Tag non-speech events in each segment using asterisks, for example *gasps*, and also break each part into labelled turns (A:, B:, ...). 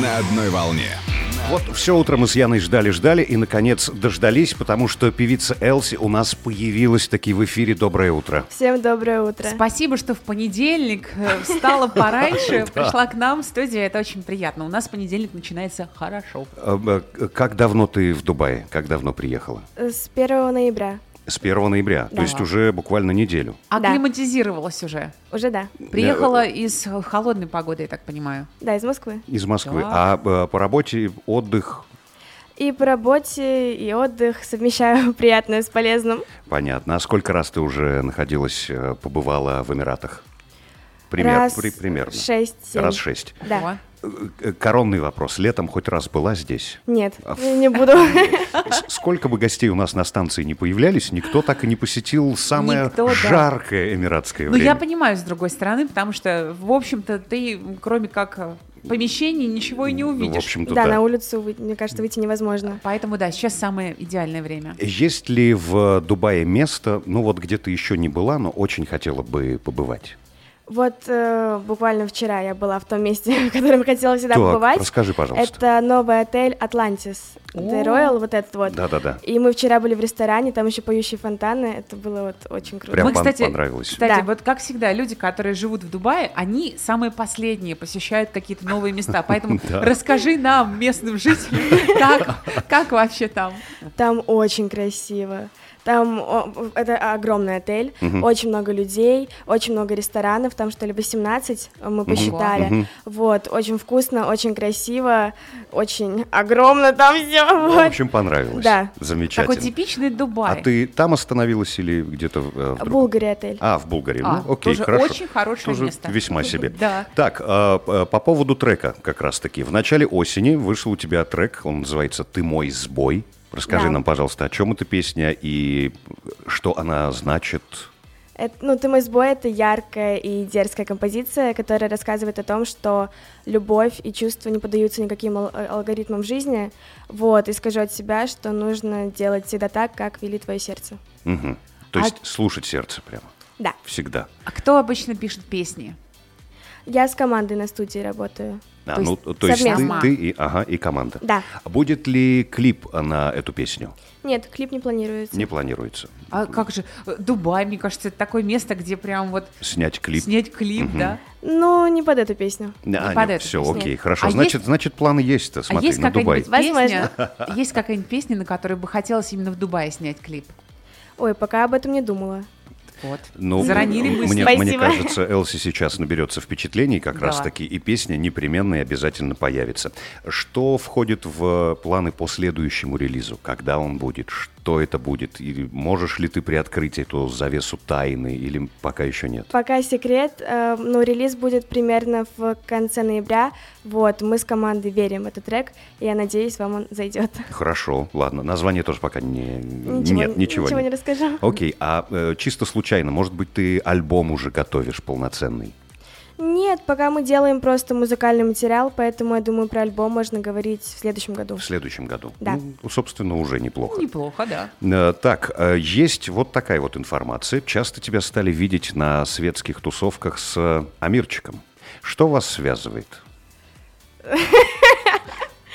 A: на одной волне.
B: Вот все утро мы с Яной ждали-ждали и, наконец, дождались, потому что певица Элси у нас появилась таки в эфире «Доброе утро».
C: Всем доброе утро.
D: Спасибо, что в понедельник э,
B: *laughs*
D: встала пораньше, пришла к нам в студию. Это очень приятно. У нас понедельник начинается хорошо.
B: Э, э, Как давно ты в Дубае? Как давно приехала?
C: С 1 ноября.
B: С 1 ноября, то
D: Да.
B: есть уже буквально неделю.
C: Да.
D: Акклиматизировалась уже.
C: Уже да.
D: Приехала из э, холодной погоды, я так понимаю.
C: Да, из Москвы.
B: Из Москвы.
D: Да.
B: А э, по работе отдых,
C: И по работе, и отдых совмещаю *laughs* приятное с полезным.
B: понятно. А сколько раз ты уже находилась, э, побывала в Эмиратах? Пример-
C: Раз
B: при- примерно.
C: шесть, семь.
B: Раз шесть.
C: Да.
D: О.
B: Э, э, Коронный вопрос. Летом хоть раз была здесь?
C: Нет,
B: Аф.
C: не буду.
B: С- Сколько бы гостей у нас на станции не появлялись, никто так и не посетил самое
D: Никто, да.
B: жаркое эмиратское
D: Ну, я
B: время.
D: понимаю, с другой стороны, потому что, в общем-то, ты, м, кроме как э, помещений, ничего и не
B: *laughs* Ну, в
D: увидишь.
B: общем-то,
C: *laughs* Да,
B: да.
C: на улицу, вы- мне кажется, выйти невозможно.
D: Поэтому, да, сейчас самое идеальное время.
B: Есть ли в Дубае место, ну вот где ты еще не была, но очень хотела бы побывать?
C: Вот э, буквально вчера я была в том месте, *laughs* в котором хотела всегда
B: Так,
C: побывать.
B: расскажи, пожалуйста.
C: Это новый отель «Атлантис». The Royal, вот этот вот.
B: Да-да-да.
C: И мы вчера были в ресторане, там еще поющие фонтаны. Это было вот очень круто.
B: Прям
D: Мы,
B: пон-
D: кстати,
B: понравилось.
D: Кстати,
C: Да.
D: вот как всегда, люди, которые живут в Дубае, они самые последние посещают какие-то новые места. Поэтому
B: *laughs* Да.
D: расскажи нам, местным жителям, *laughs* как, как вообще там.
C: Там очень красиво. Там о, это огромный отель, очень много людей, очень много ресторанов, там что ли 18 мы посчитали. Вот, очень вкусно, очень красиво, очень огромно там все.
B: Ну, в общем, понравилось.
C: Да.
B: Замечательно.
D: Такой типичный Дубай.
B: А ты там остановилась или где-то в, э, в другом?
C: Булгарий отель.
B: А, в Булгарии.
D: А,
B: ну, окей,
D: тоже
B: хорошо.
D: очень хорошее
B: Тоже
D: место.
B: весьма себе.
D: Да.
B: Так, а, п- по поводу трека как раз-таки. В начале осени вышел у тебя трек, он называется «Ты мой сбой». Расскажи
C: Да.
B: нам, пожалуйста, о чем эта песня и что она значит.
C: Это, ну, «Ты мой сбой» — это яркая и дерзкая композиция, которая рассказывает о том, что любовь и чувства не поддаются никаким ал- э, алгоритмам жизни. Вот, и скажу от себя, что нужно делать всегда так, как велит твое сердце.
B: Мгм. То
D: А-
B: есть слушать сердце прямо.
C: Да.
B: Всегда.
D: А кто обычно пишет песни?
C: Я с командой на студии работаю.
B: А,
D: То
B: ну,
D: есть
B: то есть ты,
C: совместно.
B: ты и, ага, и команда.
C: Да.
B: А Будет ли клип на эту песню?
C: Нет, клип не планируется.
B: Не планируется.
D: А как же? э, Дубай, мне кажется, это такое место, где прям вот
B: Снять клип.
D: снять клип, да?
C: Ну, не под эту песню.
D: Не
B: Да,
D: под эту
B: все,
D: песню.
B: окей, хорошо.
D: А
B: значит,
D: есть-
B: значит, планы есть-то,
D: А
B: смотри,
D: есть
B: на Дубай.
D: какая-нибудь песня,
C: Возможно.
D: *laughs* есть какая-нибудь песня, на которую бы хотелось именно в Дубае снять клип?
C: Ой, пока об этом не думала.
D: Вот.
B: Ну,
D: Заронили
B: м-
D: мысли.
B: мне,
C: Спасибо.
B: мне кажется, Элси сейчас наберется впечатлений как
D: Да.
B: раз-таки, и песня непременно и обязательно появится. Что входит в планы по следующему релизу? Когда он будет? Что это будет? И можешь ли ты приоткрыть эту завесу тайны или пока еще нет?
C: Пока секрет, э, ну, релиз будет примерно в конце ноября. Вот, мы с командой верим в этот трек, и я надеюсь, вам он зайдет.
B: Хорошо, ладно. Название тоже пока не...
C: Ничего-
B: нет, ничего,
C: ничего
B: нет.
C: не расскажу.
B: Окей, а э, чисто случайно, может быть, ты альбом уже готовишь полноценный?
C: Нет, пока мы делаем просто музыкальный материал, поэтому я думаю, про альбом можно говорить в следующем году.
B: В следующем году.
C: Да.
B: Ну, собственно, уже неплохо.
D: Неплохо, да.
B: Э, Так, э, есть вот такая вот информация. Часто тебя стали видеть на светских тусовках с э, Амирчиком. Что вас связывает?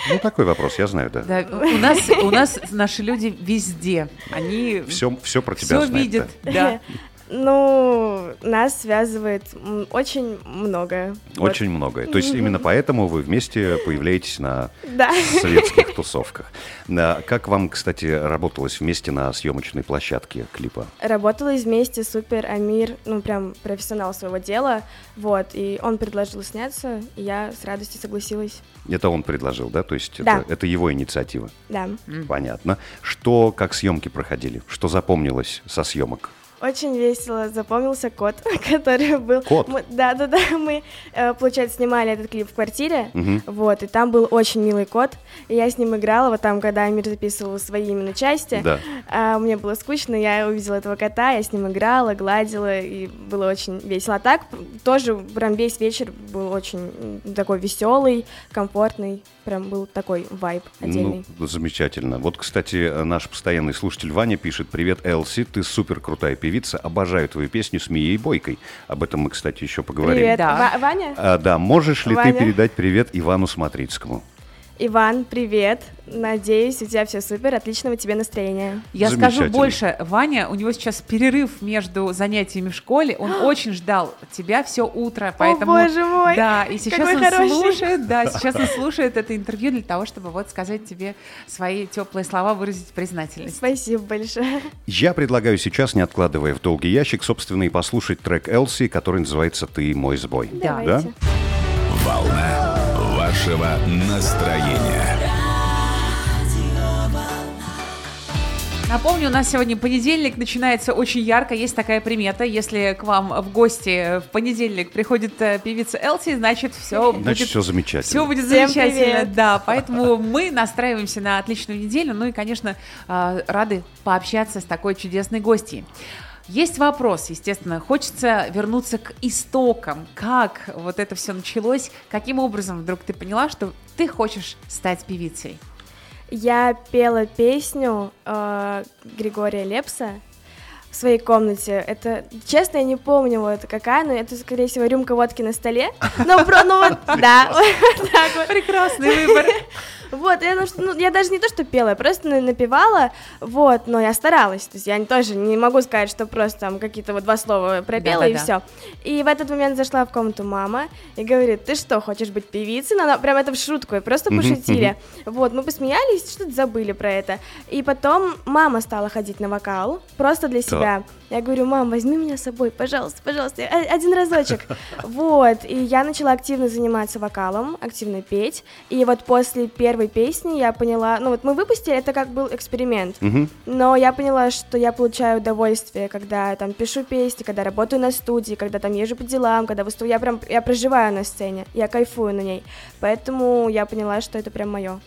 B: Ну, такой вопрос, я знаю, да.
D: Да, у нас, у нас наши люди везде. Они все,
B: Все, все про тебя знают.
D: видят.
B: да.
D: Да.
C: *laughs* Ну, нас связывает м, очень многое. Вот.
B: Очень многое. То есть именно поэтому вы вместе появляетесь на
C: Да.
B: светских тусовках. На- Как вам, кстати, работалось вместе на съемочной площадке клипа?
C: Работала вместе супер Амир, ну прям профессионал своего дела, вот, и он предложил сняться, и я с радостью согласилась,
B: Это он предложил, да? То есть
C: Да.
B: это, это его инициатива.
C: да.
B: Понятно. Что, как съемки проходили? Что запомнилось со съемок?
C: Очень весело запомнился кот, *laughs* который был.
B: Кот?
C: Мы- да, да, да. Мы, э, получается, снимали этот клип в квартире. Вот, и там был очень милый кот. И я с ним играла. Вот там, когда Амир записывал свои именно части,
B: Да.
C: а, мне было скучно, я увидела этого кота, я с ним играла, гладила, и было очень весело. А так тоже прям весь вечер был очень м, такой веселый, комфортный. Прям был такой вайб отдельный.
B: Ну, замечательно. Вот, кстати, наш постоянный слушатель Ваня пишет: Привет, Элси, ты супер крутая певица. певица. Обожаю твою песню с Мией Бойкой. Об этом мы, кстати, еще поговорим.
C: Привет,
D: Да.
C: Ва- Ваня?
B: А, да, можешь ли
C: Ваня?
B: ты передать привет Ивану Смотрицкому?
C: Иван, привет. Надеюсь, у тебя все супер. Отличного тебе настроения.
D: Я скажу
B: Замечательно.
D: больше, Ваня, у него сейчас перерыв между занятиями в школе,
C: *gasps*
D: он очень ждал тебя все утро, поэтому...
C: боже мой,
D: Да, и сейчас
C: какой
D: он
C: хороший.
B: *laughs*
D: слушает, да, сейчас он слушает это интервью для того, чтобы вот сказать тебе свои теплые слова, выразить признательность.
C: Спасибо большое.
B: Я предлагаю сейчас, не откладывая в долгий ящик, собственно, и послушать трек Элси, который называется «Ты мой сбой».
D: Да.
B: Да?
C: Давайте.
A: Волна вашего настроения.
D: Напомню, у нас сегодня понедельник начинается очень ярко. Есть такая примета. Если к вам в гости в понедельник приходит э, певица Элси, значит, все
B: Значит,
D: будет
B: все замечательно.
D: Все будет
C: Всем
D: замечательно,
C: привет.
D: да. Поэтому мы настраиваемся на отличную неделю. Ну и, конечно, э, рады пообщаться с такой чудесной гостьей. Есть вопрос, естественно, хочется вернуться к истокам. Как вот это все началось? Каким образом вдруг ты поняла, что ты хочешь стать певицей?
C: Я пела песню э, Григория Лепса в своей комнате. Это, честно, я не помню, вот какая, но это, скорее всего, рюмка водки на столе. *laughs* Ну, про, ну вот, *laughs* да, вот так вот.
D: Прекрасный выбор.
C: Вот, я, ну, что- ну, я даже не то, что пела, я просто на- напевала, вот, но я старалась. То есть я не- тоже не могу сказать, что просто там какие-то вот два слова пропела и
D: Да-да-да.
C: все. И в этот момент зашла в комнату мама и говорит, ты что, хочешь быть певицей? Но она прям это в шутку, и просто пошутили. Вот, мы посмеялись, что-то забыли про это. И потом мама стала ходить на вокал, просто для себя. Я говорю, мам, возьми меня с собой, пожалуйста, пожалуйста, о- один разочек. Вот, и я начала активно заниматься вокалом, активно петь. И вот после первой песни я поняла, ну вот мы выпустили, это как был эксперимент.
B: Мгм.
C: Но я поняла, что я получаю удовольствие, когда я там пишу песни, когда работаю на студии, когда там езжу по делам, когда выступаю. Я прям, я проживаю на сцене, я кайфую на ней. Поэтому я поняла, что это прям мое.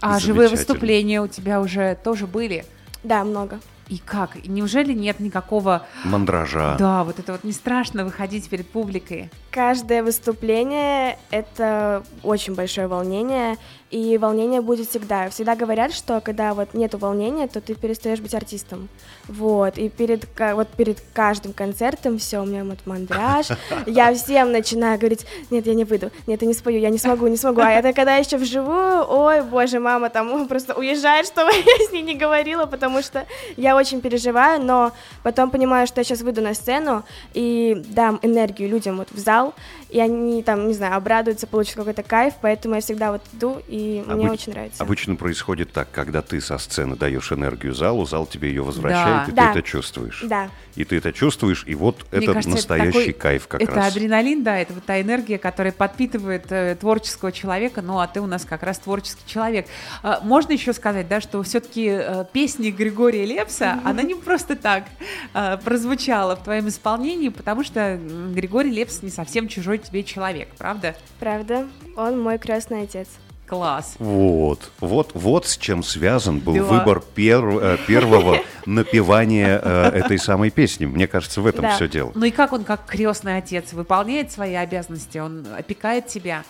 D: А живые
B: Замечательно.
D: выступления у тебя уже тоже были.
C: Да, много.
D: И как? Неужели нет никакого...
B: Мандража.
D: Да, вот это вот не страшно выходить перед публикой.
C: Каждое выступление — это очень большое волнение, и волнение будет всегда. Всегда говорят, что когда вот нету волнения, то ты перестаешь быть артистом. Вот, и перед, ка- вот перед каждым концертом все, у меня вот мандраж, я всем начинаю говорить, нет, я не выйду, нет, я не спою, я не смогу, не смогу. А это когда еще вживую, ой, боже, мама там *laughs* просто уезжает, чтобы *laughs* я с ней не говорила, потому что я очень переживаю, но потом понимаю, что я сейчас выйду на сцену и дам энергию людям вот в зал, и они там, не знаю, обрадуются, получат какой-то кайф, поэтому я всегда вот иду, и мне
B: Обыч-
C: очень нравится.
B: Обычно происходит так, когда ты со сцены даешь энергию залу, зал тебе ее возвращает, и
C: Да.
B: ты это чувствуешь.
C: Да.
B: И ты это чувствуешь, и вот
D: Мне
B: это
D: кажется,
B: настоящий
D: такой-
B: кайф как
D: это
B: раз.
D: адреналин, да, это вот та энергия, которая подпитывает э, творческого человека, ну а ты у нас как раз творческий человек. А, можно еще сказать, да, что все-таки песни Григория Лепса, она не просто так э, прозвучала в твоем исполнении, потому что м, Григорий Лепс не совсем чужой тебе человек, правда?
C: Правда, он мой крестный отец.
D: Класс.
B: Вот, вот, вот с чем связан был
D: Да.
B: выбор пер-
C: *laughs*
B: э, первого напевания э, этой самой песни. Мне кажется, в этом
C: Да.
B: все дело.
D: Ну и как он, как крестный отец, выполняет свои обязанности, он опекает тебя.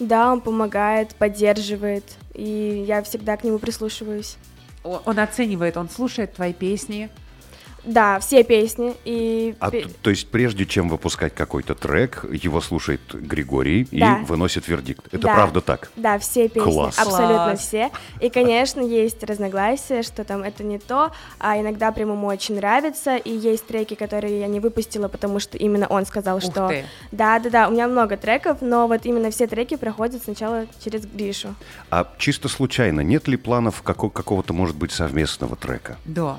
C: Да, он помогает, поддерживает, и я всегда к нему прислушиваюсь.
D: О- Он оценивает, он слушает твои песни.
C: Да, все песни, и...
B: А
C: пе-
B: т- то есть прежде чем выпускать какой-то трек, его слушает Григорий
C: Да.
B: и выносит вердикт. Это
C: Да.
B: правда так?
C: Да, все песни,
B: Класс.
C: абсолютно
D: Класс.
C: все. И, конечно, есть разногласия, что там это не то, а иногда прям ему очень нравится, и есть треки, которые я не выпустила, потому что именно он сказал,
D: Ух
C: что...
D: ты.
C: Да-да-да, у меня много треков, но вот именно все треки проходят сначала через Гришу.
B: А чисто случайно, нет ли планов како- какого-то, может быть, совместного трека?
D: Да.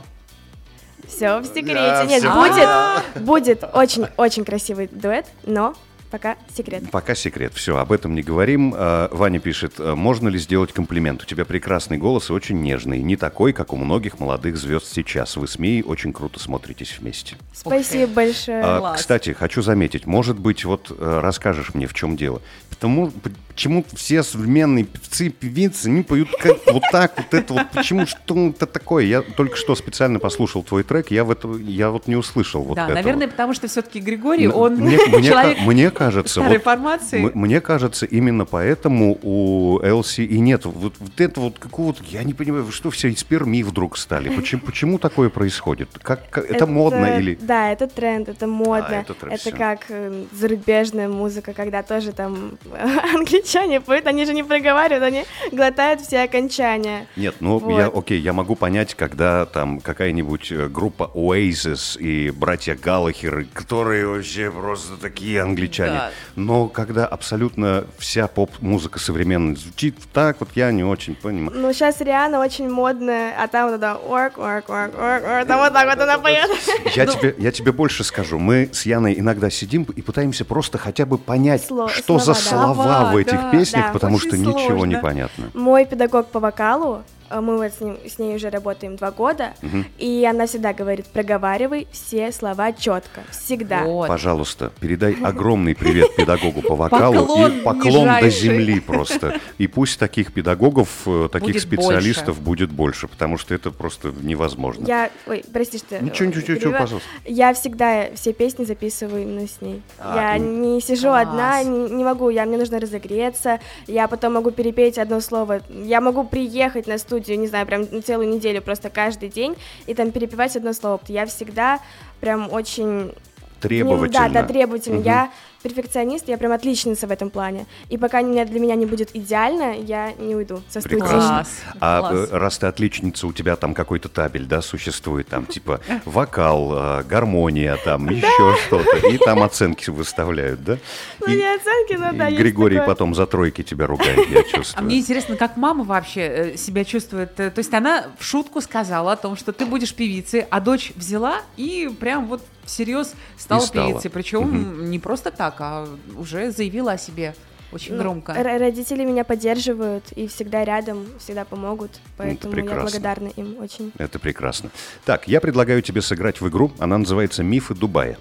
C: Все в секрете.
B: Да,
C: Нет,
B: всё.
D: А.
C: будет, будет очень-очень красивый дуэт, но пока секрет.
B: Пока секрет, все, об этом не говорим. Э, Ваня пишет, э, можно ли сделать комплимент? У тебя прекрасный голос и очень нежный, не такой, как у многих молодых звезд сейчас. Вы с Мией очень круто смотритесь вместе.
C: Спасибо большое.
B: А,
D: Класс.
B: кстати, хочу заметить, может быть, вот э, расскажешь мне, в чем дело. Потому, п- Почему-то все современные певцы, певицы, они поют
D: *laughs*
B: как вот так, вот это вот. Почему, что это такое? Я только что специально послушал твой трек, я, в это, я вот не услышал вот
D: да,
B: этого.
D: наверное, потому что все-таки Григорий,
B: М-
D: он *laughs*
B: мне, мне
D: человек
B: ка- мне кажется,
D: старой
B: вот
D: формации.
B: м- мне кажется, именно поэтому у Элси и нет вот, вот это вот какого-то, я не понимаю, вы что все из Перми вдруг стали? Почему, почему такое происходит? Как, как- это, модно или?
C: Да, это тренд, это модно.
B: это тренд,
C: это
B: всё.
C: как э, зарубежная музыка, когда тоже там *laughs* англичане поют, они же не проговаривают, они глотают все окончания.
B: Нет, ну
C: Вот.
B: я, окей, я могу понять, когда там какая-нибудь э, группа Oasis и братья Галлахеры, которые вообще просто такие англичане.
D: Да.
B: Но когда абсолютно вся поп-музыка современная звучит так, вот я не очень понимаю.
C: Ну, сейчас Риана очень модная, а там вот это орк, орк, орк, орк, орк, там вот так вот она поет.
B: Я,
D: Ну.
B: тебе, я тебе больше скажу. Мы с Яной иногда сидим и пытаемся просто хотя бы понять,
C: Сло-
B: что за
C: слова,
B: слова, в
D: да. Слова,
B: этих
D: да,
B: песнях,
C: да.
B: потому
D: Очень
B: что ничего не
D: сложно.
B: понятно.
C: *laughs* Мой педагог по вокалу, э, мы вот с, ним- с ней уже работаем два года, и она всегда говорит, проговаривай все слова четко, всегда.
D: Вот.
B: Пожалуйста, передай огромный привет педагогу по вокалу и
D: Поклон
B: поклон до
D: нижайший.
B: земли просто. И пусть таких педагогов, э, таких
D: Будет
B: специалистов будет больше, потому что это просто невозможно.
C: Я, ой, прости, что...
B: Ничего, ничего, ничего,
C: перебиваю.
B: пожалуйста.
C: Я всегда все песни записываю именно с ней.
B: А,
C: я не сижу
D: Класс.
C: одна, не, не могу, я мне нужно разогреться, я потом могу перепеть одно слово, я могу приехать на студию, не знаю, прям на целую неделю просто каждый день и там перепевать одно слово. Я всегда прям очень
B: Требовательно.
D: Ну
C: да, да, требовательно.
B: Мгм.
C: Я перфекционист, я прям отличница в этом плане. И пока у меня- для меня не будет идеально, я не уйду со студии.
B: Прекрасно.
D: Класс,
B: А
D: класс.
B: э, раз ты отличница, у тебя там какой-то табель, да, существует, там типа вокал, э, гармония, там еще что-то, и там оценки выставляют, да?
C: Ну,
B: И-
C: не оценки, но
B: и
C: да, есть
B: Григорий
C: такое.
B: потом за тройки тебя ругает, я
D: А
B: чувствую.
D: мне интересно, как мама вообще э, себя чувствует. Э, То есть она в шутку сказала о том, что ты будешь певицей, а дочь взяла и прям вот всерьез стала,
B: И стала.
D: певицей. Причем не просто так, а уже заявила о себе очень
C: Ну,
D: громко.
C: ро- родители меня поддерживают и всегда рядом, всегда помогут, поэтому я
B: Ну, прекрасно.
C: благодарна им очень.
B: Это прекрасно. Так, я предлагаю тебе сыграть в игру. Она называется «Мифы Дубая».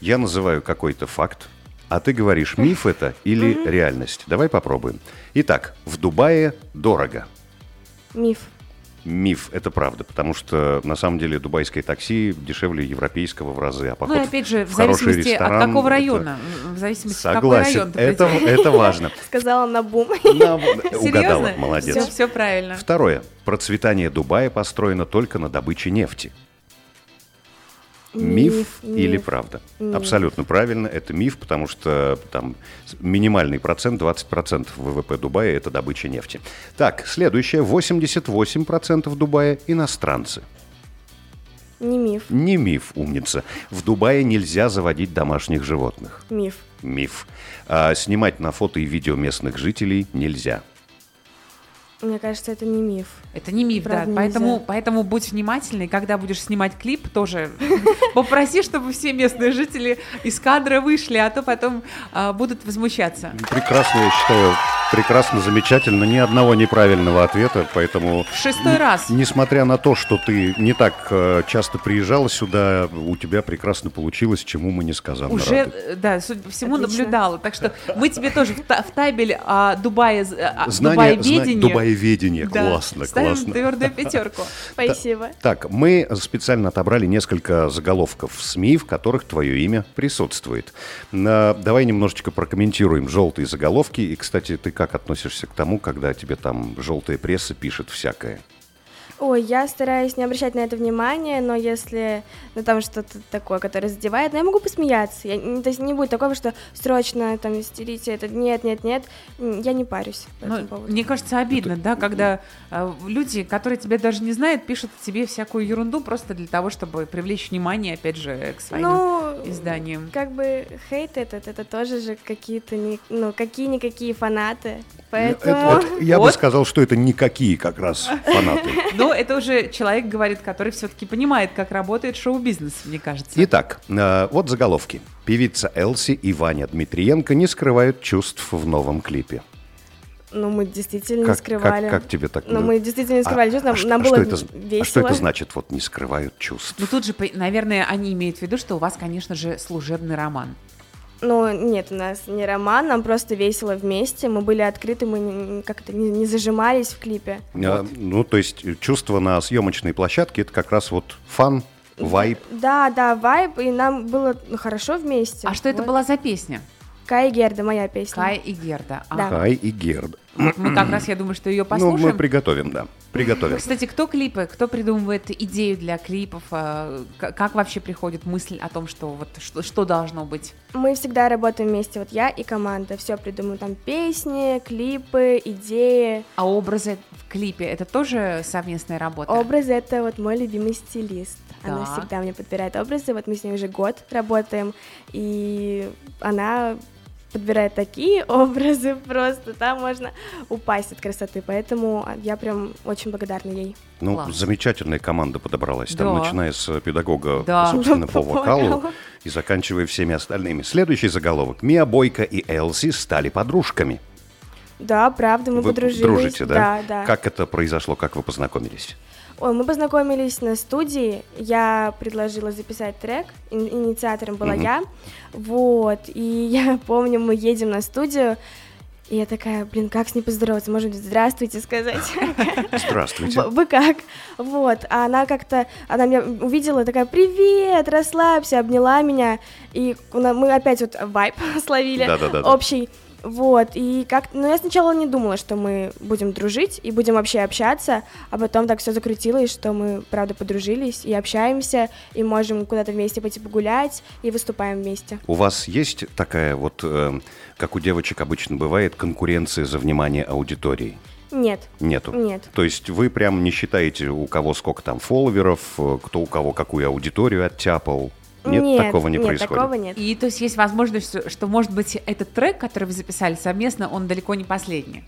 B: Я называю какой-то факт, а ты говоришь, миф это или реальность. Давай попробуем. Итак, в Дубае дорого.
C: Миф.
B: Миф – это правда, потому что на самом деле дубайское такси дешевле европейского в разы, а поход
D: ну и опять же, в
B: хороший
D: зависимости
B: ресторан
D: от какого
B: это-
D: района. В зависимости
B: Согласен,
D: от какой район ты
B: это,
D: придешь.
B: это важно.
C: Сказала на бум. *laughs*
B: Нам- *laughs* Угадала,
D: Серьезно?
B: молодец.
D: Все, правильно.
B: Второе. Процветание Дубая построено только на добыче нефти. Миф, или правда?
C: Миф.
B: Абсолютно правильно, это миф, потому что там с- минимальный процент, 20% ВВП Дубая – это добыча нефти. Так, следующее, 88% Дубая – иностранцы.
C: Не миф.
B: Не миф, умница. В Дубае нельзя заводить домашних животных.
C: Миф.
B: Миф. А снимать на фото и видео местных жителей нельзя.
C: Мне кажется, это не миф.
D: Это не миф,
C: Правда,
D: да.
C: нельзя.
D: Поэтому, поэтому будь внимательный, когда будешь снимать клип, тоже *laughs* попроси, чтобы все местные жители из кадра вышли, а то потом а, будут возмущаться.
B: Прекрасно, я считаю, прекрасно, замечательно. Ни одного неправильного ответа, поэтому...
D: В шестой раз.
B: Несмотря на то, что ты не так э, часто приезжала сюда, у тебя прекрасно получилось, чему мы не сказали.
D: Уже, э, да, судя по всему,
C: Отлично.
D: наблюдала. Так что мы тебе тоже в, та- в табель а, Дубае, з- а,
B: Знание,
D: Дубаеведения,
B: зна- Дубаеведение,
D: да,
B: классно,
D: ставим
B: классно. *laughs*
D: твердую пятерку.
C: Спасибо.
B: Так, мы специально отобрали несколько заголовков в СМИ, в которых твое имя присутствует. На- Давай немножечко прокомментируем желтые заголовки. И, кстати, ты как относишься к тому, когда тебе там желтая пресса пишет всякое?
C: Ой, я стараюсь не обращать на это внимания, но если ну, там что-то такое, которое задевает, ну, я могу посмеяться. Я, не- то есть не будет такого, что срочно там истерите это. Нет, нет, нет. М, Я не парюсь по
D: Ну,
C: этому поводу.
D: мне кажется, обидно, да,
B: м-м.
D: когда э, люди, которые тебя даже не знают, пишут тебе всякую ерунду просто для того, чтобы привлечь внимание, опять же, к своим
C: Ну,
D: изданиям.
C: Как бы хейт этот, это тоже же какие-то, не- ну, какие-никакие фанаты. Поэтому...
B: Это- это- я бы
D: Вот.
B: сказал, что это никакие как раз фанаты.
C: *laughs*
D: Но это уже человек говорит, который все-таки понимает, как работает шоу-бизнес, мне кажется.
B: Итак, э, вот заголовки. Певица Элси и Ваня Дмитриенко не скрывают чувств в новом клипе.
C: Ну, мы действительно
B: Как- как-
C: скрывали.
B: как тебе так,
C: Ну,
B: ну,
C: мы действительно не скрывали. чувств, нам,
B: что-
C: нам
B: а
C: было
B: что это, з-
C: весело.
B: А что это значит, вот не скрывают чувств?
D: Ну тут же, по- наверное, они имеют в виду, что у вас, конечно же, служебный роман.
C: Ну, нет, у нас не роман, нам просто весело вместе. Мы были открыты, мы не- как-то не, не зажимались в клипе.
B: А, Ну, то есть чувство на съемочной площадке это как раз вот фан, вайб.
C: Да, да, вайб, и нам было ну, хорошо вместе.
D: А что это
C: Вот.
D: была за песня?
C: Кай Герда, моя песня.
D: Кай и Герда. А,
C: Да.
B: Кай и Герд.
D: вот Мы как раз, я думаю, что
B: Ну,
D: ее
B: мы
D: послушаем.
B: приготовим, да. Приготовим.
D: Кстати, кто клипы, кто придумывает идею для клипов? э, к- Как вообще приходит мысль о том, что вот что, что должно быть?
C: Мы всегда работаем вместе, вот я и команда. Все придумываем, там песни, клипы, идеи.
D: А образы в клипе это тоже совместная работа?
C: Образы — это вот мой любимый стилист. Она
D: Так.
C: всегда мне подбирает образы, вот мы с ней уже год работаем, и она подбирает такие *laughs* образы просто, там можно упасть от красоты, поэтому я прям очень благодарна ей.
B: Ну,
D: Класс.
B: замечательная команда подобралась. Там,
D: Да.
B: начиная с э, педагога,
D: Да.
C: *laughs*
B: собственно, по
C: По
B: вокалу
C: вокалу.
B: и заканчивая всеми остальными. Следующий заголовок. Мия Бойко и Элси стали подружками.
C: Да, правда, мы
B: Вы
C: подружились.
B: дружите, да?
C: Да, да.
B: Как это произошло, как вы познакомились?
C: Ой, мы познакомились на студии, я предложила записать трек, ин- инициатором была
B: Мгм.
C: я, вот, и *laughs* я помню, мы едем на студию, и я такая, блин, как с ней поздороваться, может быть, здравствуйте сказать, *laughs*
B: Здравствуйте.
C: Б- вы как, вот, а она как-то, она меня увидела, такая, привет, расслабься, обняла меня, и у на- мы опять вот вайп *laughs* словили
B: Да-да-да-да.
C: общий, вот, и как, ну, я сначала не думала, что мы будем дружить и будем вообще общаться, а потом так все закрутилось, что мы, правда, подружились и общаемся, и можем куда-то вместе пойти погулять, и выступаем вместе.
B: У вас есть такая вот, э, как у девочек обычно бывает, конкуренция за внимание аудитории?
C: Нет,
B: Нету.
C: Нет.
B: То есть вы прям не считаете, у кого сколько там фолловеров, э, кто у кого какую аудиторию оттяпал? Нет, такого не
C: нет,
B: происходит.
C: такого нет.
D: И то есть есть возможность, что, что, может быть, этот трек, который вы записали совместно, он далеко не последний.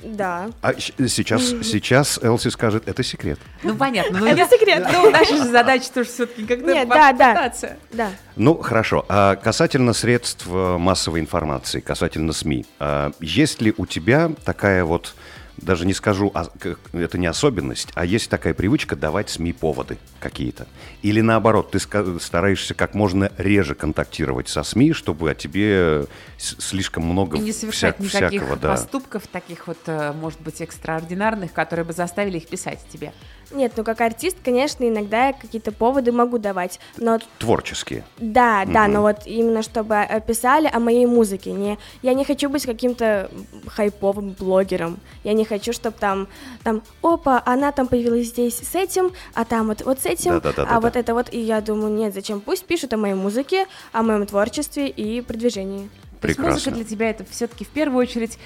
C: Да.
B: А щ- сейчас, сейчас Элси скажет, это секрет.
D: Ну понятно.
C: *laughs*
D: но
C: Это
D: я-
C: секрет.
D: Ну, наша же задача тоже все-таки как-то
C: Нет,
D: вам
C: да, да.
D: попытаться.
C: Да.
B: Ну, хорошо. А касательно средств э, массовой информации, касательно СМИ, а есть ли у тебя такая вот, даже не скажу, а, к- это не особенность, а есть такая привычка давать СМИ поводы какие-то? Или наоборот, ты ска- стараешься как можно реже контактировать со СМИ, чтобы о тебе с- слишком много
D: И не совершать
B: вся-
D: никаких
B: всякого, да.
D: поступков таких вот, э, может быть, экстраординарных, которые бы заставили их писать тебе.
C: Нет, ну как артист, конечно, иногда я какие-то поводы могу давать, но
B: Творческие.
C: Да, да, но вот именно чтобы э, писали о моей музыке. Не, я не хочу быть каким-то хайповым блогером. Я не хочу, чтобы там, там, опа, она там появилась здесь с этим, а там вот, вот с этим,
B: Да-да-да-да-да.
C: а вот это вот. И я думаю, нет, зачем? Пусть пишут о моей музыке, о моем творчестве и продвижении.
D: То есть музыка
B: Прекрасно.
D: для тебя это все-таки в первую очередь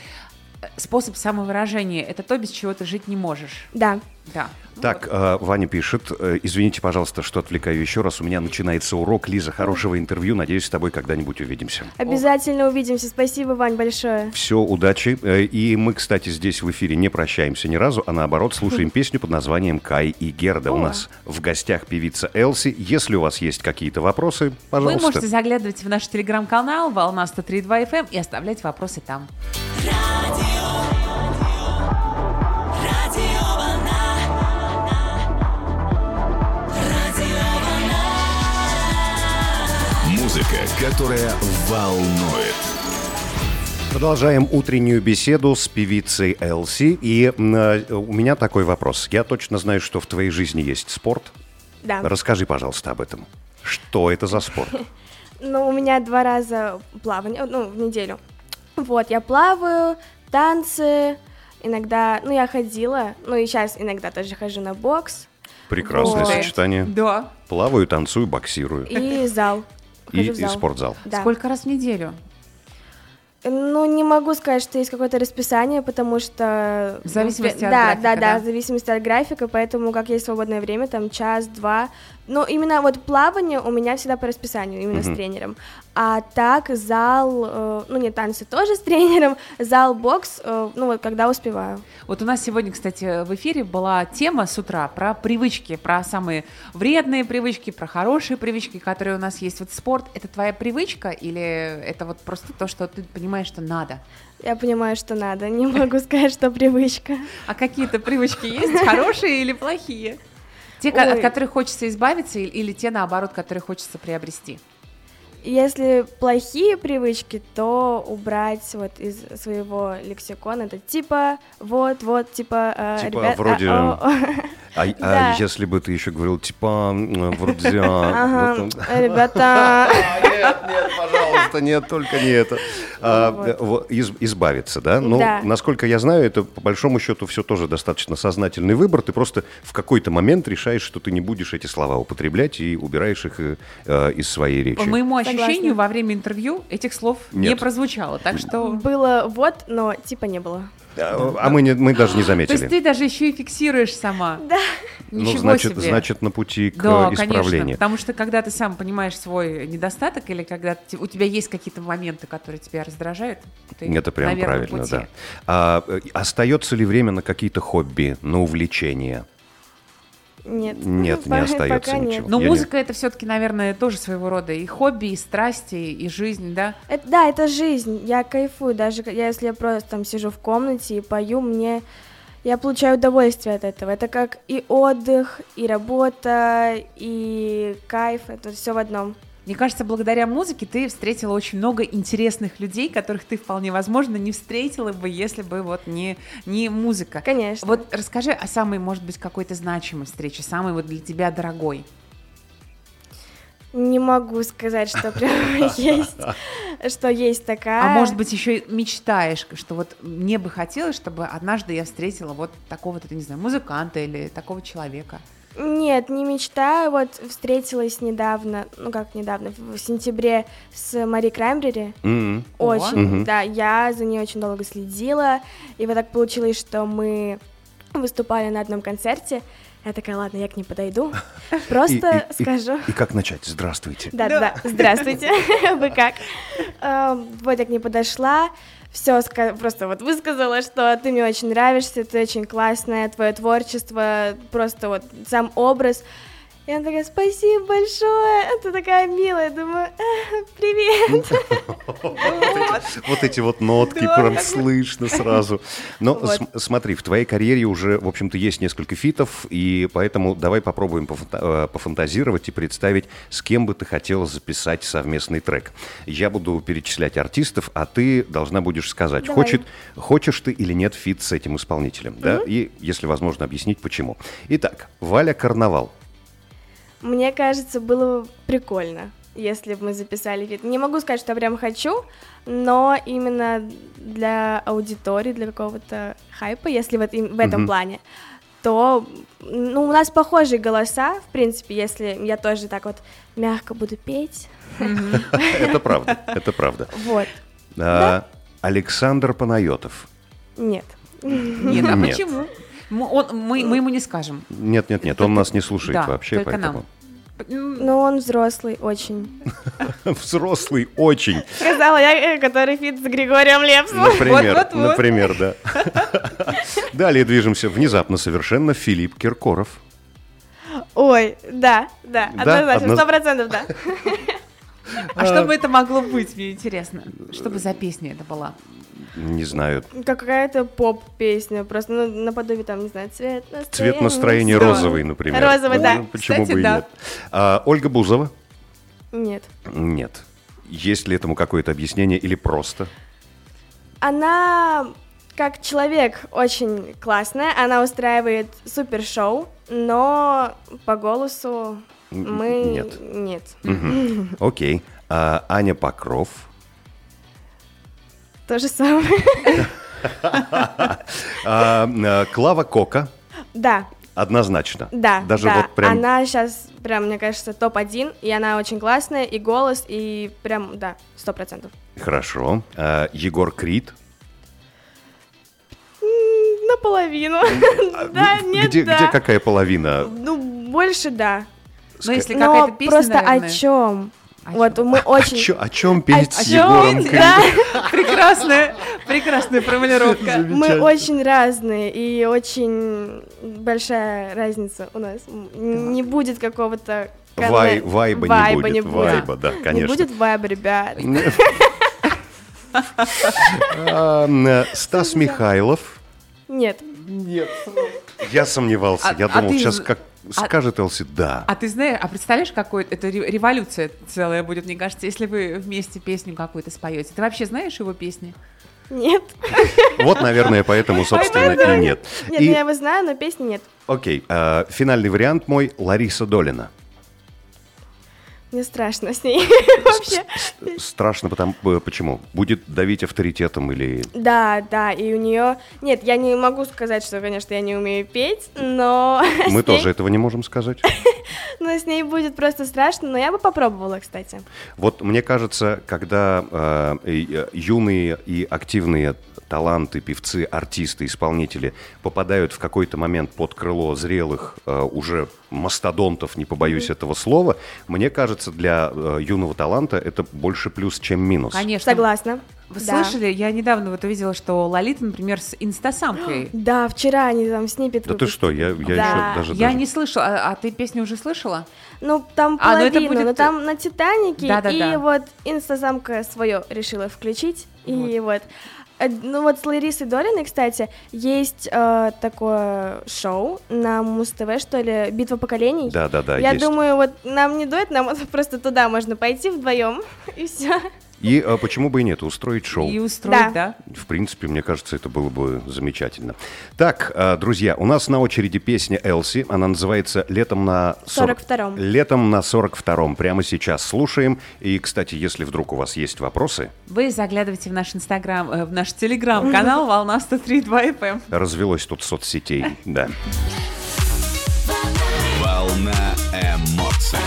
D: э, способ самовыражения. Это то, без чего ты жить не можешь.
C: Да.
D: Да. Ну
B: Так, э, Ваня пишет, э, извините, пожалуйста, что отвлекаю еще раз, у меня начинается урок. Лиза, хорошего интервью, надеюсь, с тобой когда-нибудь увидимся.
C: Обязательно увидимся. Спасибо, Вань, большое.
B: Все, удачи. Э, И мы, кстати, здесь в эфире не прощаемся ни разу, а наоборот слушаем
C: *laughs*
B: песню под названием «Кай и Герда». У нас в гостях певица Элси. Если у вас есть какие-то вопросы,
D: Вы
B: пожалуйста.
D: можете заглядывать в наш телеграм-канал «Волна 103.2 FM» эм» и оставлять вопросы там.
A: Музыка, которая волнует.
B: Продолжаем утреннюю беседу с певицей Элси. И м, э, у меня такой вопрос. Я точно знаю, что в твоей жизни есть спорт.
C: Да.
B: Расскажи, пожалуйста, об этом. Что это за
C: *laughs*
B: спорт?
C: Ну, у меня два раза плавание, ну, в неделю. Вот, я плаваю, танцы, иногда, ну, я ходила, ну, и сейчас иногда тоже хожу на бокс
B: Прекрасное
C: Вот.
B: сочетание.
D: Да.
B: Плаваю, танцую, боксирую.
C: и зал.
B: *laughs* И,
C: Хожу в
B: и
C: зал.
B: спортзал.
C: Да.
D: Сколько раз в неделю?
C: Ну, не могу сказать, что есть какое-то расписание, потому что... ну,
D: В зависимости от
C: да,
D: графика,
C: Да, да,
D: да?
C: в зависимости от графика, поэтому как есть свободное время, там час-два. Но именно вот плавание у меня всегда по расписанию, именно с тренером. А так зал, э, ну не танцы тоже с тренером, зал бокс, э, ну вот когда успеваю.
D: Вот у нас сегодня, кстати, в эфире была тема с утра про привычки, про самые вредные привычки, про хорошие привычки, которые у нас есть. Вот спорт – это твоя привычка или это вот просто то, что ты понимаешь, что надо?
C: Я понимаю, что надо, не могу *laughs* сказать, что привычка.
D: А какие-то привычки есть, хорошие или плохие? Те, ко-
C: Ой.
D: от которых хочется избавиться, и- или те, наоборот, которые хочется приобрести?
C: Если плохие привычки, то убрать вот из своего лексикона это типа вот вот типа э,
B: Типа,
C: ребят, а,
B: вроде-
C: о, о.
B: А, а
C: Да.
B: если бы ты еще говорил, типа, м, вроде... а,
C: *laughs* Ага,
B: вот он- *laughs*
C: ребята,
B: А, Нет, нет, пожалуйста, нет, только не это. А,
C: Ну Вот.
B: э, во- из- Избавиться, да? Ну,
C: Да.
B: насколько я знаю, это по большому счету все тоже достаточно сознательный выбор. Ты просто в какой-то момент решаешь, что ты не будешь эти слова употреблять и убираешь их э, э, из своей
D: По
B: речи.
D: моему
C: Согласна.
D: ощущению, во время интервью этих слов не
B: Нет.
D: прозвучало. Так что...
C: было вот, но типа не было.
B: А а мы, не- мы даже не
D: То есть
B: заметили.
D: ты даже еще и фиксируешь сама.
C: Да.
B: Ну,
D: Ничего
B: значит,
D: себе.
B: значит, на пути к
D: Да,
B: э,
D: конечно,
B: исправлению.
D: потому что когда ты сам понимаешь свой недостаток или когда те- у тебя есть какие-то моменты, которые тебя раздражают, ты
B: Это прям
D: на верном
B: правильно,
D: пути.
B: да. А, э, остается ли время на какие-то хобби, на увлечения?
C: Нет.
B: Нет, не
C: *laughs* Пока
B: остается
C: нет.
B: ничего.
D: Но
B: Я не-
D: музыка это все-таки, наверное, тоже своего рода и хобби, и страсти, и жизнь, да?
C: Это- да, это жизнь. Я кайфую, даже к- я- если я просто там сижу в комнате и пою, мне я получаю удовольствие от этого. Это как и отдых, и работа, и кайф. Это все в одном.
D: Мне кажется, благодаря музыке ты встретила очень много интересных людей, которых ты вполне возможно не встретила бы, если бы вот не, не музыка.
C: Конечно.
D: Вот расскажи о самой, может быть, какой-то значимой встрече, самой вот для тебя дорогой.
C: Не могу сказать,
B: *laughs*
C: что прям есть, что есть такая.
D: А может быть, еще и мечтаешь, что вот мне бы хотелось, чтобы однажды я встретила вот такого-то, не знаю, музыканта или такого человека.
C: Нет, не мечтаю. Вот встретилась недавно, ну как недавно, в в сентябре с Мари Краймбрери.
B: М.
D: О.
C: Очень,
B: Мгм.
C: да, я за ней очень долго следила, и вот так получилось, что мы выступали на одном концерте. Я такая, ладно, я к ней
B: *laughs*
C: подойду, просто
B: И- и- и-
C: скажу.
B: И как начать? Здравствуйте.
C: Да, да, здравствуйте, *laughs* вы как? Эм, Вот я к ней подошла, все, просто вот высказала, что ты мне очень нравишься, ты очень классная, твое творчество, просто вот сам образ. И она такая, спасибо большое, ты такая милая, думаю, «А, привет.
B: Вот эти вот нотки прям слышно
C: *laughs*
B: сразу. Но
C: Вот.
B: см- смотри, в твоей карьере уже, в общем-то, есть несколько фитов, и поэтому давай попробуем пофанта- э, пофантазировать и представить, с кем бы ты хотела записать совместный трек. Я буду перечислять артистов, а ты должна будешь сказать,
C: Давай.
B: хочет, хочешь ты или нет фит с этим исполнителем, да? И, если возможно, объяснить, почему. Итак, Валя Карнавал. *laughs*
C: Мне кажется, было бы прикольно, если бы мы записали вид. Не могу сказать, что прям хочу, но именно для аудитории, для какого-то хайпа, если в, этом- в этом
B: Мгм.
C: плане, то ну, у нас похожие голоса, в принципе, если я тоже так вот мягко буду петь.
B: Это правда, это правда.
C: Вот.
B: А, Александр Панайотов.
C: Нет.
D: Нет, а
B: Нет.
D: почему? М- он- мы, мы ему не скажем.
B: Нет, нет, нет, он нас не слушает
D: Да,
B: вообще,
D: только
B: поэтому.
D: нам. П- м,
C: Но он взрослый
B: *laughs*
C: очень.
B: Взрослый очень,
C: Сказала я, э, который фит с Григорием Лепсом.
B: например,
D: *laughs* вот, вот.
B: например,
D: *laughs*
B: да. Далее движемся внезапно совершенно Филипп Киркоров.
C: Ой, да, да,
B: Да,
C: однозначно,
B: одноз-
C: сто процентов да.
D: А что бы это могло быть, мне интересно? Что бы за песня это была?
B: Не знаю.
C: Какая-то поп-песня, просто ну, наподобие там, не знаю, цвет настроения.
B: Цвет настроения
C: Да.
B: розовый, например.
C: Розовый,
B: Ну,
C: да.
B: Почему
D: Кстати,
B: бы и
D: да.
B: нет? А, Ольга Бузова?
C: Нет.
B: Нет. Есть ли этому какое-то объяснение или просто?
C: Она как человек очень классная, она устраивает супер-шоу, но по голосу
B: Н-
C: мы...
B: нет.
C: Нет.
B: Мгм. Окей. А, Аня Покров?
C: То же самое. *laughs*
B: А, а, Клава Кока?
C: да,
B: Однозначно.
C: да,
B: Даже
C: да.
B: вот прям...
C: Она сейчас прям, мне кажется, топ-1, и она очень классная, и голос, и прям, да, сто процентов.
B: Хорошо. А, Егор Крид?
C: М, Наполовину. *laughs* Да,
B: Ну,
C: нет,
B: где,
C: да.
B: где какая половина?
C: Ну, больше да.
D: Ну, если
C: Но
D: какая-то песня,
C: просто
D: наверное.
C: о чем?
D: О
C: вот мы очень.
B: Чё- о чем петь
C: о
B: с
C: чём?
B: Егором Крид?
C: Да,
D: *laughs* Прекрасная, прекрасная формулировка.
C: *laughs* мы очень разные и очень большая разница у нас. М, Не будет какого-то конне-
B: Вай- вайба,
C: вайба
B: не будет. Вайба, да,
C: Не
B: конечно.
C: будет вайба, ребят.
B: А, м, э, Стас Михайлов.
C: Нет.
B: Нет. Я сомневался.
D: А-
B: я
D: а
B: думал,
D: ты-
B: сейчас как
D: а-
B: скажет Элси да.
D: А ты знаешь, а представляешь, какой это ре- революция целая будет, мне кажется, если вы вместе песню какую-то споете. Ты вообще знаешь его песни?
C: Нет.
B: Вот, наверное,
C: *laughs*
B: поэтому, собственно, и нет.
C: Нет, ну я
B: И,
C: его знаю, но песни нет.
B: окей, э, финальный вариант мой Лариса Долина.
C: Мне страшно с ней *laughs*
B: С-
C: вообще.
B: с- Страшно, потому э, почему? Будет давить авторитетом или
C: Да, да, и у нее... Нет, я не могу сказать, что, конечно, я не умею петь, но... *laughs* с
B: мы
C: ней-
B: тоже этого не можем сказать.
C: Но с ней будет просто страшно, но я бы попробовала, кстати.
B: Вот мне кажется, когда э, и, э, юные и активные таланты, певцы, артисты, исполнители попадают в какой-то момент под крыло зрелых э, уже мастодонтов, не побоюсь этого слова, мне кажется, для э, юного таланта это больше плюс, чем минус.
D: Конечно.
C: Согласна.
D: Вы
C: Да.
D: слышали? Я недавно вот увидела, что Лолита, например, с
C: *gasps*
D: инстасамкой.
C: Да, вчера они там снипет
B: Да ты что, я, я
C: Да.
B: еще даже...
D: Я
B: даже-
D: не слышала. А, а ты песню уже слышала?
C: Ну, там
D: А, ну это
C: половину,
D: будет-
C: но там на Титанике,
D: Да-да-да.
C: и вот инстасамка свое решила включить, и вот. Э, Ну вот с Ларисой Долиной, кстати, есть э, такое шоу на Муз-ТВ, что ли, «Битва поколений».
B: Да-да-да,
C: Я
B: есть.
C: думаю, вот нам не дует, нам *laughs* вот просто туда можно пойти вдвоем, *laughs* и все.
B: И э, почему бы и нет, устроить шоу.
D: И устроить, да?
C: Да.
B: В принципе, мне кажется, это было бы замечательно. Так, э, друзья, у нас на очереди песня Элси. Она называется «Летом на 40...
C: 42-м.
B: «Летом на 42-м». Прямо сейчас слушаем. И, кстати, если вдруг у вас есть вопросы,
D: Вы заглядывайте в наш инстаграм, э, в наш
C: *laughs*
D: телеграм-канал Волна 103.2 FM.
B: развелось тут
C: *laughs*
B: соцсетей, да.
A: Волна эмоций.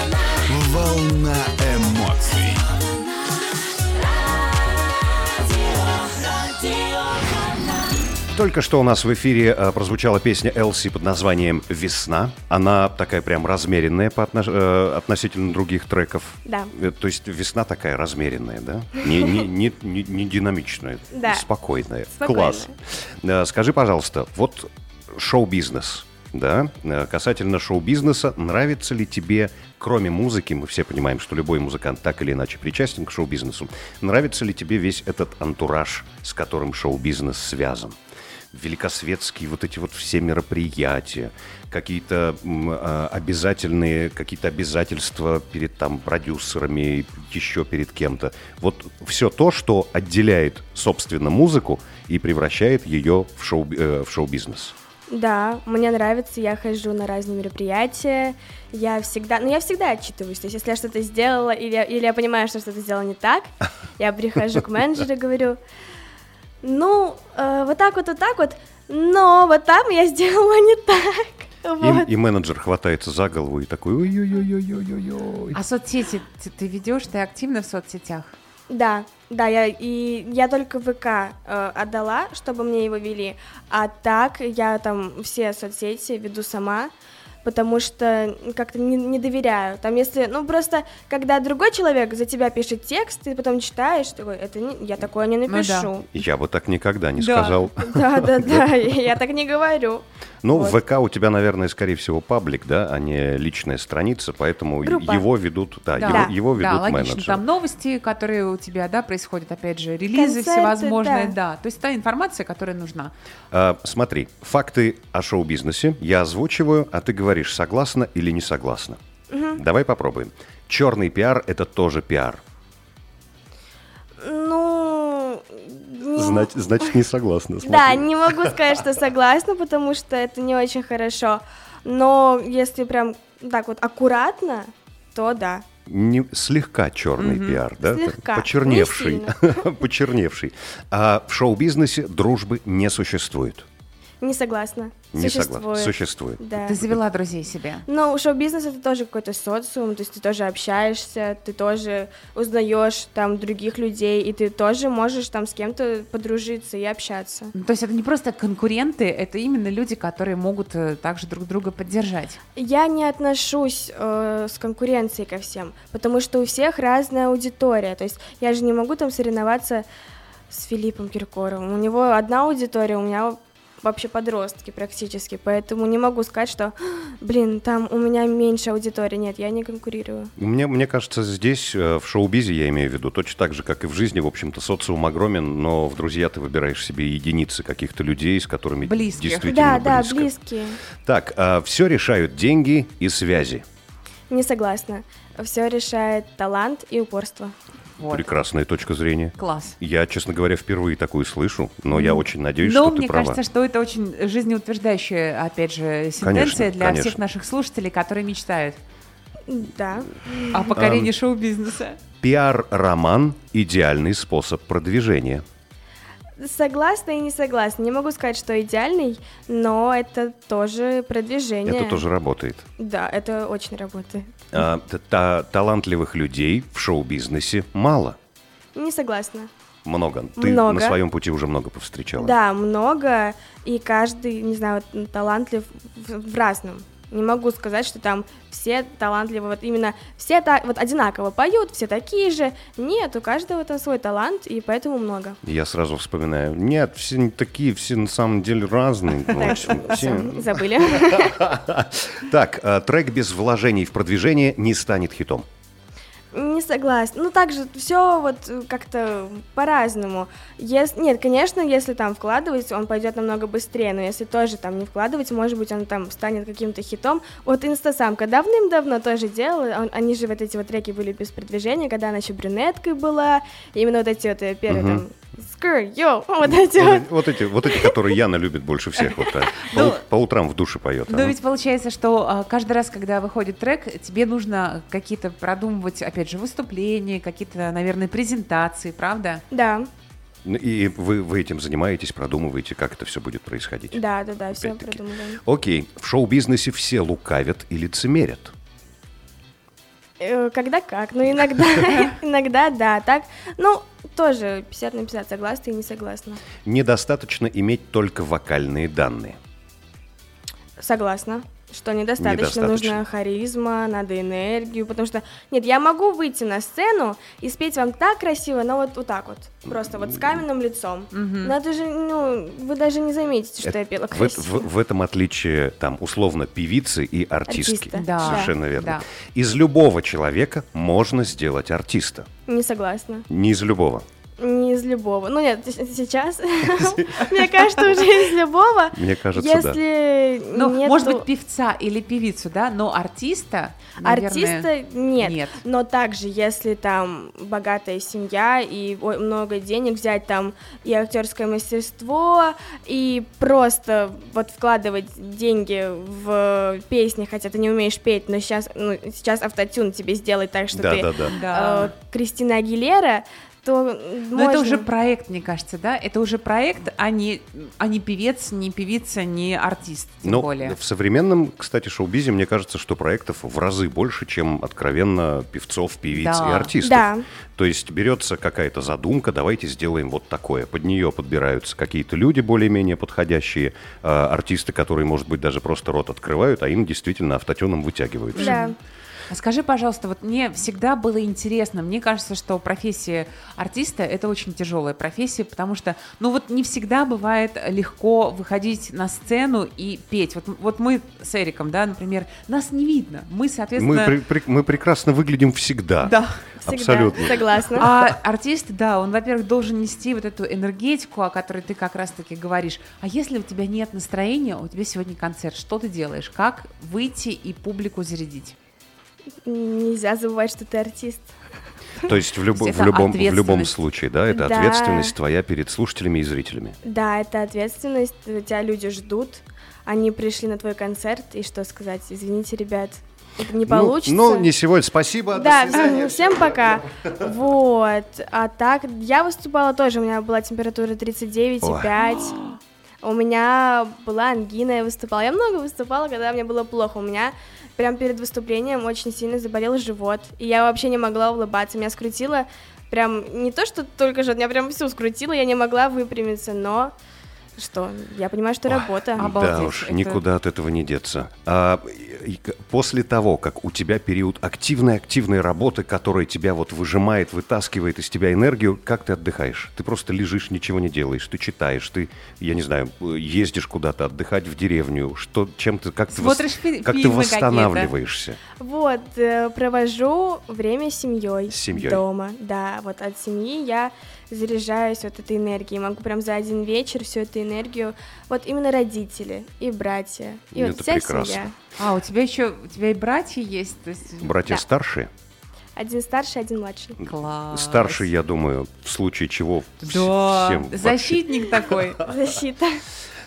A: Волна эмоций.
B: Только что у нас в эфире э, прозвучала песня Элси под названием «Весна». Она такая прям размеренная по отнош- э, относительно других треков.
C: Да.
B: Э, То есть весна такая размеренная, да? Не, не, не, не- не динамичная,
C: Да.
B: спокойная.
C: Спокойная.
B: Класс. Э, Скажи, пожалуйста, вот шоу-бизнес, да? Э, Касательно шоу-бизнеса, нравится ли тебе, кроме музыки, мы все понимаем, что любой музыкант так или иначе причастен к шоу-бизнесу, нравится ли тебе весь этот антураж, с которым шоу-бизнес связан? великосветские вот эти вот все мероприятия, какие-то м, а, обязательные, какие-то обязательства перед там продюсерами, еще перед кем-то. Вот все то, что отделяет, собственно, музыку и превращает ее в, шоу, э, в шоу-бизнес.
C: Да, мне нравится, я хожу на разные мероприятия, я всегда, ну я всегда отчитываюсь, то есть если я что-то сделала или, я- или я понимаю, что что-то сделала не так, я прихожу к менеджеру и говорю, ну, э, вот так вот, вот так вот, но вот там я сделала не так,
B: Им-
C: вот.
B: и менеджер хватается за голову и такой ой-ой-ой-ой-ой-ой.
D: А соцсети ты, ты ведешь, ты активна в соцсетях?
C: Да, да, я и я только ВК э, отдала, чтобы мне его вели, а так я там все соцсети веду сама, потому что как-то не, не доверяю. Там если, ну просто, когда другой человек за тебя пишет текст, ты потом читаешь, такой, это не- я такое не
D: да.
C: напишу.
B: Я бы так никогда не
D: Да.
B: сказал.
C: Да, да, да, *laughs* я так не говорю.
B: Ну,
C: Вот.
B: в ВК у тебя, наверное, скорее всего, паблик, да, а не личная страница, поэтому е-
C: Группа.
B: его ведут, да,
D: Да.
B: его-
C: Да.
B: Его, ведут
D: да, логично.
B: менеджеры.
D: Там новости, которые у тебя, да, происходят, опять же, релизы
C: Концерты,
D: всевозможные, да.
C: да.
D: То есть та информация, которая нужна.
B: А, смотри, факты о шоу-бизнесе я озвучиваю, а ты говоришь, согласна или не согласна. Давай попробуем. Черный пиар – это тоже пиар.
C: Ну, не-
B: значит, не согласна.
C: Да, не могу сказать, что согласна, потому что это не очень хорошо. Но если прям так вот аккуратно, то да.
B: Не- слегка черный пиар, да?
C: Слегка,
B: Почерневший.
C: не
B: *laughs* Почерневший. А в шоу-бизнесе дружбы не существует.
C: Не согласна.
B: Не согласна.
C: Существует.
B: Существует.
C: Да.
D: Ты завела друзей себе.
C: Но шоу-бизнес это тоже какой-то социум, то есть ты тоже общаешься, ты тоже узнаешь там других людей, и ты тоже можешь там с кем-то подружиться и общаться.
D: Ну, То есть это не просто конкуренты, это именно люди, которые могут э, также друг друга поддержать.
C: Я не отношусь э, с конкуренцией ко всем, потому что у всех разная аудитория. То есть я же не могу там соревноваться с Филиппом Киркоровым. У него одна аудитория, у меня вообще подростки практически, поэтому не могу сказать, что, блин, там у меня меньше аудитории. Нет, я не конкурирую.
B: Мне, мне кажется, здесь, э, в шоу-бизе, я имею в виду, точно так же, как и в жизни, в общем-то, социум огромен, но в друзья ты выбираешь себе единицы каких-то людей, с которыми
D: Близких.
B: действительно
C: Да, да,
B: типа близко.
C: близкие.
B: Так, все решают деньги и связи.
C: Не согласна. Все решает талант и упорство.
D: Вот.
B: Прекрасная точка зрения.
D: Класс.
B: Я, честно говоря, впервые такую слышу, но я очень надеюсь,
D: Но
B: что
D: Ну, мне
B: ты права.
D: кажется, что это очень жизнеутверждающая, опять же,
B: Конечно,
D: сентенция для
B: конечно.
D: всех наших слушателей, которые мечтают
C: Да.
D: о покорении шоу-бизнеса.
B: Пиар-роман – идеальный способ продвижения.
C: Согласна и не согласна. Не могу сказать, что идеальный, но это тоже продвижение.
B: Это тоже работает.
C: Да, это очень работает.
B: А, т- та- талантливых людей в шоу-бизнесе мало.
C: Не согласна.
B: Много. Ты
C: Много.
B: на своем пути уже много повстречала.
C: Да, много, и каждый, не знаю, вот, м, талантлив в, в разном. Не могу сказать, что там все талантливы, вот именно все так вот одинаково поют, все такие же. Нет, у каждого там свой талант, и поэтому много.
B: Я сразу вспоминаю. Нет, все не такие, все на самом деле
D: *laughs*
B: разные. Ну,
C: Так,
B: все-
C: всё,
B: все.
C: забыли.
B: Так, а, трек без вложений в продвижение не станет хитом.
C: Не согласна. Ну, также все вот э, как-то по-разному. Ес- Нет, конечно, если там вкладывать, он пойдет намного быстрее, но если тоже там не вкладывать, может быть, он там станет каким-то хитом. Вот инстасамка давным-давно тоже делала, он- они же вот эти вот треки были без продвижения, когда она еще брюнеткой была, именно вот эти вот э, первые там «Скр, йоу», *laughs* вот эти вот.
B: Вот, вот эти, вот эти, которые Яна любит больше всех. Вот, так. По
D: Ну,
B: ут- по утрам в душе поет.
D: Но
B: а.
D: ведь получается, что а, каждый раз, когда выходит трек, тебе нужно какие-то продумывать, опять же, выступления, какие-то, наверное, презентации, правда?
C: Да,
B: Ну, И вы, вы этим занимаетесь, продумываете, как это все будет происходить.
C: да, да, да, все
B: Опять-таки.
C: продумываем.
B: Окей, в шоу-бизнесе все лукавят и лицемерят.
C: Э, Когда как, ну иногда, *laughs* иногда да, так, ну тоже 50 на 50, согласна и не согласна.
B: Недостаточно иметь только вокальные данные.
C: Согласна. Что недостаточно,
B: Недостаточно.
C: нужна харизма, надо энергию, потому что, нет, я могу выйти на сцену и спеть вам так красиво, но вот, вот так вот, просто вот с каменным лицом. Но это же, ну, вы даже не заметите, что я пела
B: В, эт-
C: красиво.
B: в- в этом отличие, там, условно, певицы и артистки.
C: Артиста.
D: Да.
B: Совершенно
D: Да.
B: верно.
D: Да.
B: Из любого человека можно сделать артиста.
C: Не согласна.
B: Не из любого.
C: Не из любого. Ну нет,
B: *laughs*
C: с- сейчас, мне кажется, уже из любого.
B: Мне кажется, да.
C: Если
D: Ну,
C: нету-
D: может быть, певца или певицу, да, но артиста, наверное,
C: Артиста нет.
D: нет.
C: Но также, если там богатая семья и о- много денег взять там и актерское мастерство, и просто вот вкладывать деньги в песни, хотя ты не умеешь петь, но сейчас, ну, сейчас автотюн тебе сделает так, что ты
B: Да-да-да.
D: Да.
C: э, Кристина Агилера, то
D: Но это уже проект, мне кажется, да? Это уже проект, а не, а не певец, не певица, не артист, тем
B: Но
D: более.
B: в современном, кстати, шоу-бизе, мне кажется, что проектов в разы больше, чем откровенно певцов, певиц
D: Да.
B: и артистов.
C: Да.
B: То есть берется какая-то задумка, давайте сделаем вот такое. Под нее подбираются какие-то люди более-менее подходящие, э, артисты, которые, может быть, даже просто рот открывают, а им действительно автотеном вытягивают. всё.
C: Да.
D: А Скажи, пожалуйста, вот мне всегда было интересно, мне кажется, что профессия артиста – это очень тяжелая профессия, потому что, ну вот не всегда бывает легко выходить на сцену и петь. Вот, вот мы с Эриком, да, например, нас не видно, мы, соответственно…
B: Мы, пре- пре- мы прекрасно выглядим всегда.
D: Да.
C: всегда
B: Абсолютно.
C: Согласна.
D: А артист, да, он, во-первых, должен нести вот эту энергетику, о которой ты как раз-таки говоришь. А если у тебя нет настроения, у тебя сегодня концерт, что ты делаешь? Как выйти и публику зарядить?
C: Нельзя забывать, что ты артист.
B: То есть в, любо-
D: То есть
B: в
D: это
B: любом, в любом
D: ответственность.
B: случае, да, это
C: Да.
B: ответственность твоя перед слушателями и зрителями.
C: Да, это ответственность, э, тебя люди ждут, они пришли на твой концерт, и что сказать, извините, ребят, это не
B: Ну,
C: получится.
B: Ну, не сегодня. Спасибо. до
C: Да,
B: свидания.
C: *laughs* всем пока. Вот, а так, я выступала тоже, у меня была температура 39,5, у меня была ангина, я выступала, я много выступала, когда мне было плохо, у меня прям перед выступлением очень сильно заболел живот, и я вообще не могла улыбаться, меня скрутило, прям не то, что только же, меня прям всю скрутило, я не могла выпрямиться, но Что? Я понимаю, что работа.
D: Обалдеть,
B: Да уж,
D: это-
B: никуда от этого не деться. А, и- и к- после того, как у тебя период активной-активной работы, которая тебя вот выжимает, вытаскивает из тебя энергию, как ты отдыхаешь? Ты просто лежишь, ничего не делаешь, ты читаешь, ты, я не знаю, э, ездишь куда-то отдыхать в деревню, что, чем ты, как ты, вос-
D: Смотришь фи-
B: как ты
D: фильмы
B: восстанавливаешься?
C: Вот, э, провожу время с семьей.
B: С семьей.
C: Дома, да. Вот от семьи я заряжаюсь вот этой энергией. Могу прям за один вечер всю эту энергию. Вот именно родители и братья. И
B: Ну,
C: вот
B: это
C: вся
B: прекрасно.
C: семья.
D: А, у тебя еще, у тебя и братья есть, то есть...
B: Братья
C: Да.
B: старшие?
C: Один старший, один младший.
B: А,
D: Класс.
B: Старшие, я думаю, в случае чего вс-
D: Да,
B: всем вообще
D: защитник такой.
C: Защита.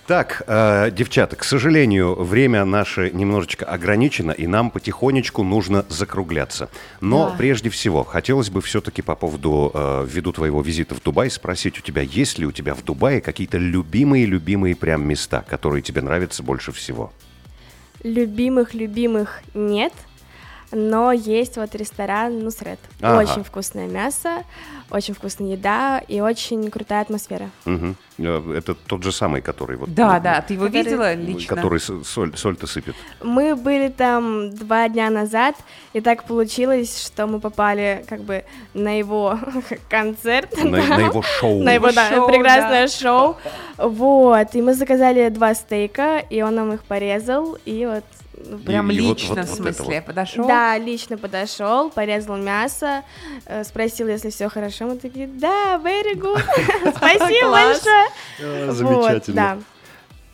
B: Так, э, девчата, к сожалению, время наше немножечко ограничено, и нам потихонечку нужно закругляться. Но
D: Да.
B: прежде всего, хотелось бы все-таки по поводу, э, ввиду твоего визита в Дубай, спросить у тебя, есть ли у тебя в Дубае какие-то любимые-любимые прям места, которые тебе нравятся больше всего?
C: Любимых, любимых нет. Но есть вот ресторан Нусред.
B: Ага.
C: Очень вкусное мясо, очень вкусная еда и очень крутая атмосфера.
B: Мгм. Э, Это тот же самый, который вот...
D: Да,
B: э,
D: да, ты его
C: Который-
D: видела
B: э,
D: лично?
B: Который с- соль- соль-то сыпет.
C: Мы были там два дня назад, и так получилось, что мы попали как бы на его *laughs* концерт.
B: На,
C: да.
B: на его шоу.
C: На его, да,
D: Шоу,
C: прекрасное шоу. Вот, и мы заказали два стейка, и он нам их порезал, и вот... ну,
D: Прям
B: И- и вот-
D: лично,
B: вот-
D: в
B: вот это
D: смысле,
B: вот.
D: подошел?
C: Да, лично подошел, порезал мясо, э, спросил, если все хорошо. Мы такие, да, very
D: *laughs*
C: good. *laughs* Спасибо
D: Класс.
C: большое.
B: Э,
C: Вот,
B: Замечательно.
C: да.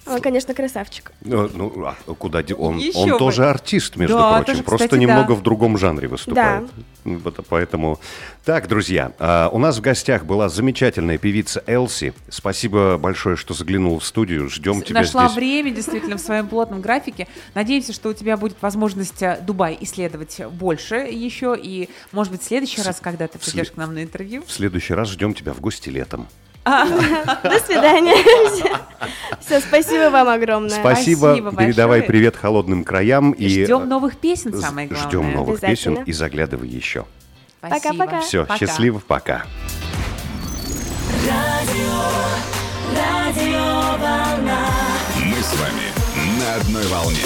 C: Он, конечно, красавчик.
B: Э, Ну, а куда де- он,
D: Еще
B: он
D: бы.
B: тоже артист, между
D: Да,
B: прочим,
D: тоже,
B: просто
D: кстати,
B: немного
D: да.
B: в другом жанре выступает. Ну, вот, Поэтому, так, друзья, а, у нас в гостях была замечательная певица Элси. Спасибо большое, что заглянул в студию. Ждем тебя
D: Нашла
B: здесь.
D: время действительно в своем плотном графике. Надеемся, что у тебя будет возможность э, Дубай исследовать больше еще. И, может быть, в следующий раз, когда ты придешь к нам на интервью.
B: В следующий раз ждем тебя в гости летом.
C: До свидания. *laughs* Все, спасибо вам огромное.
B: Спасибо.
D: Спасибо
B: Передавай
D: большое.
B: привет холодным краям и
D: Ждем новых песен,
B: э,
D: самое главное.
B: ждем новых песен
C: Обязательно.
B: и заглядывай еще.
D: Спасибо.
C: Пока-пока.
B: Все,
D: Пока.
B: счастливо, пока.
A: Мы с вами на одной волне.